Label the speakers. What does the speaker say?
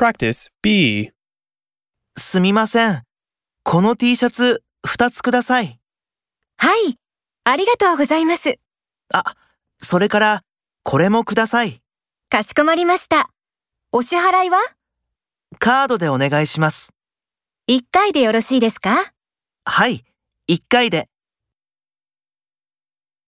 Speaker 1: Practice B.
Speaker 2: すみません。この T シャツ2つください。
Speaker 3: はい。ありがとうございます。
Speaker 2: あ、それからこれもください。
Speaker 3: かしこまりました。お支払いは
Speaker 2: カードでお願いします。
Speaker 3: 1回でよろしいですか
Speaker 2: はい、1回で。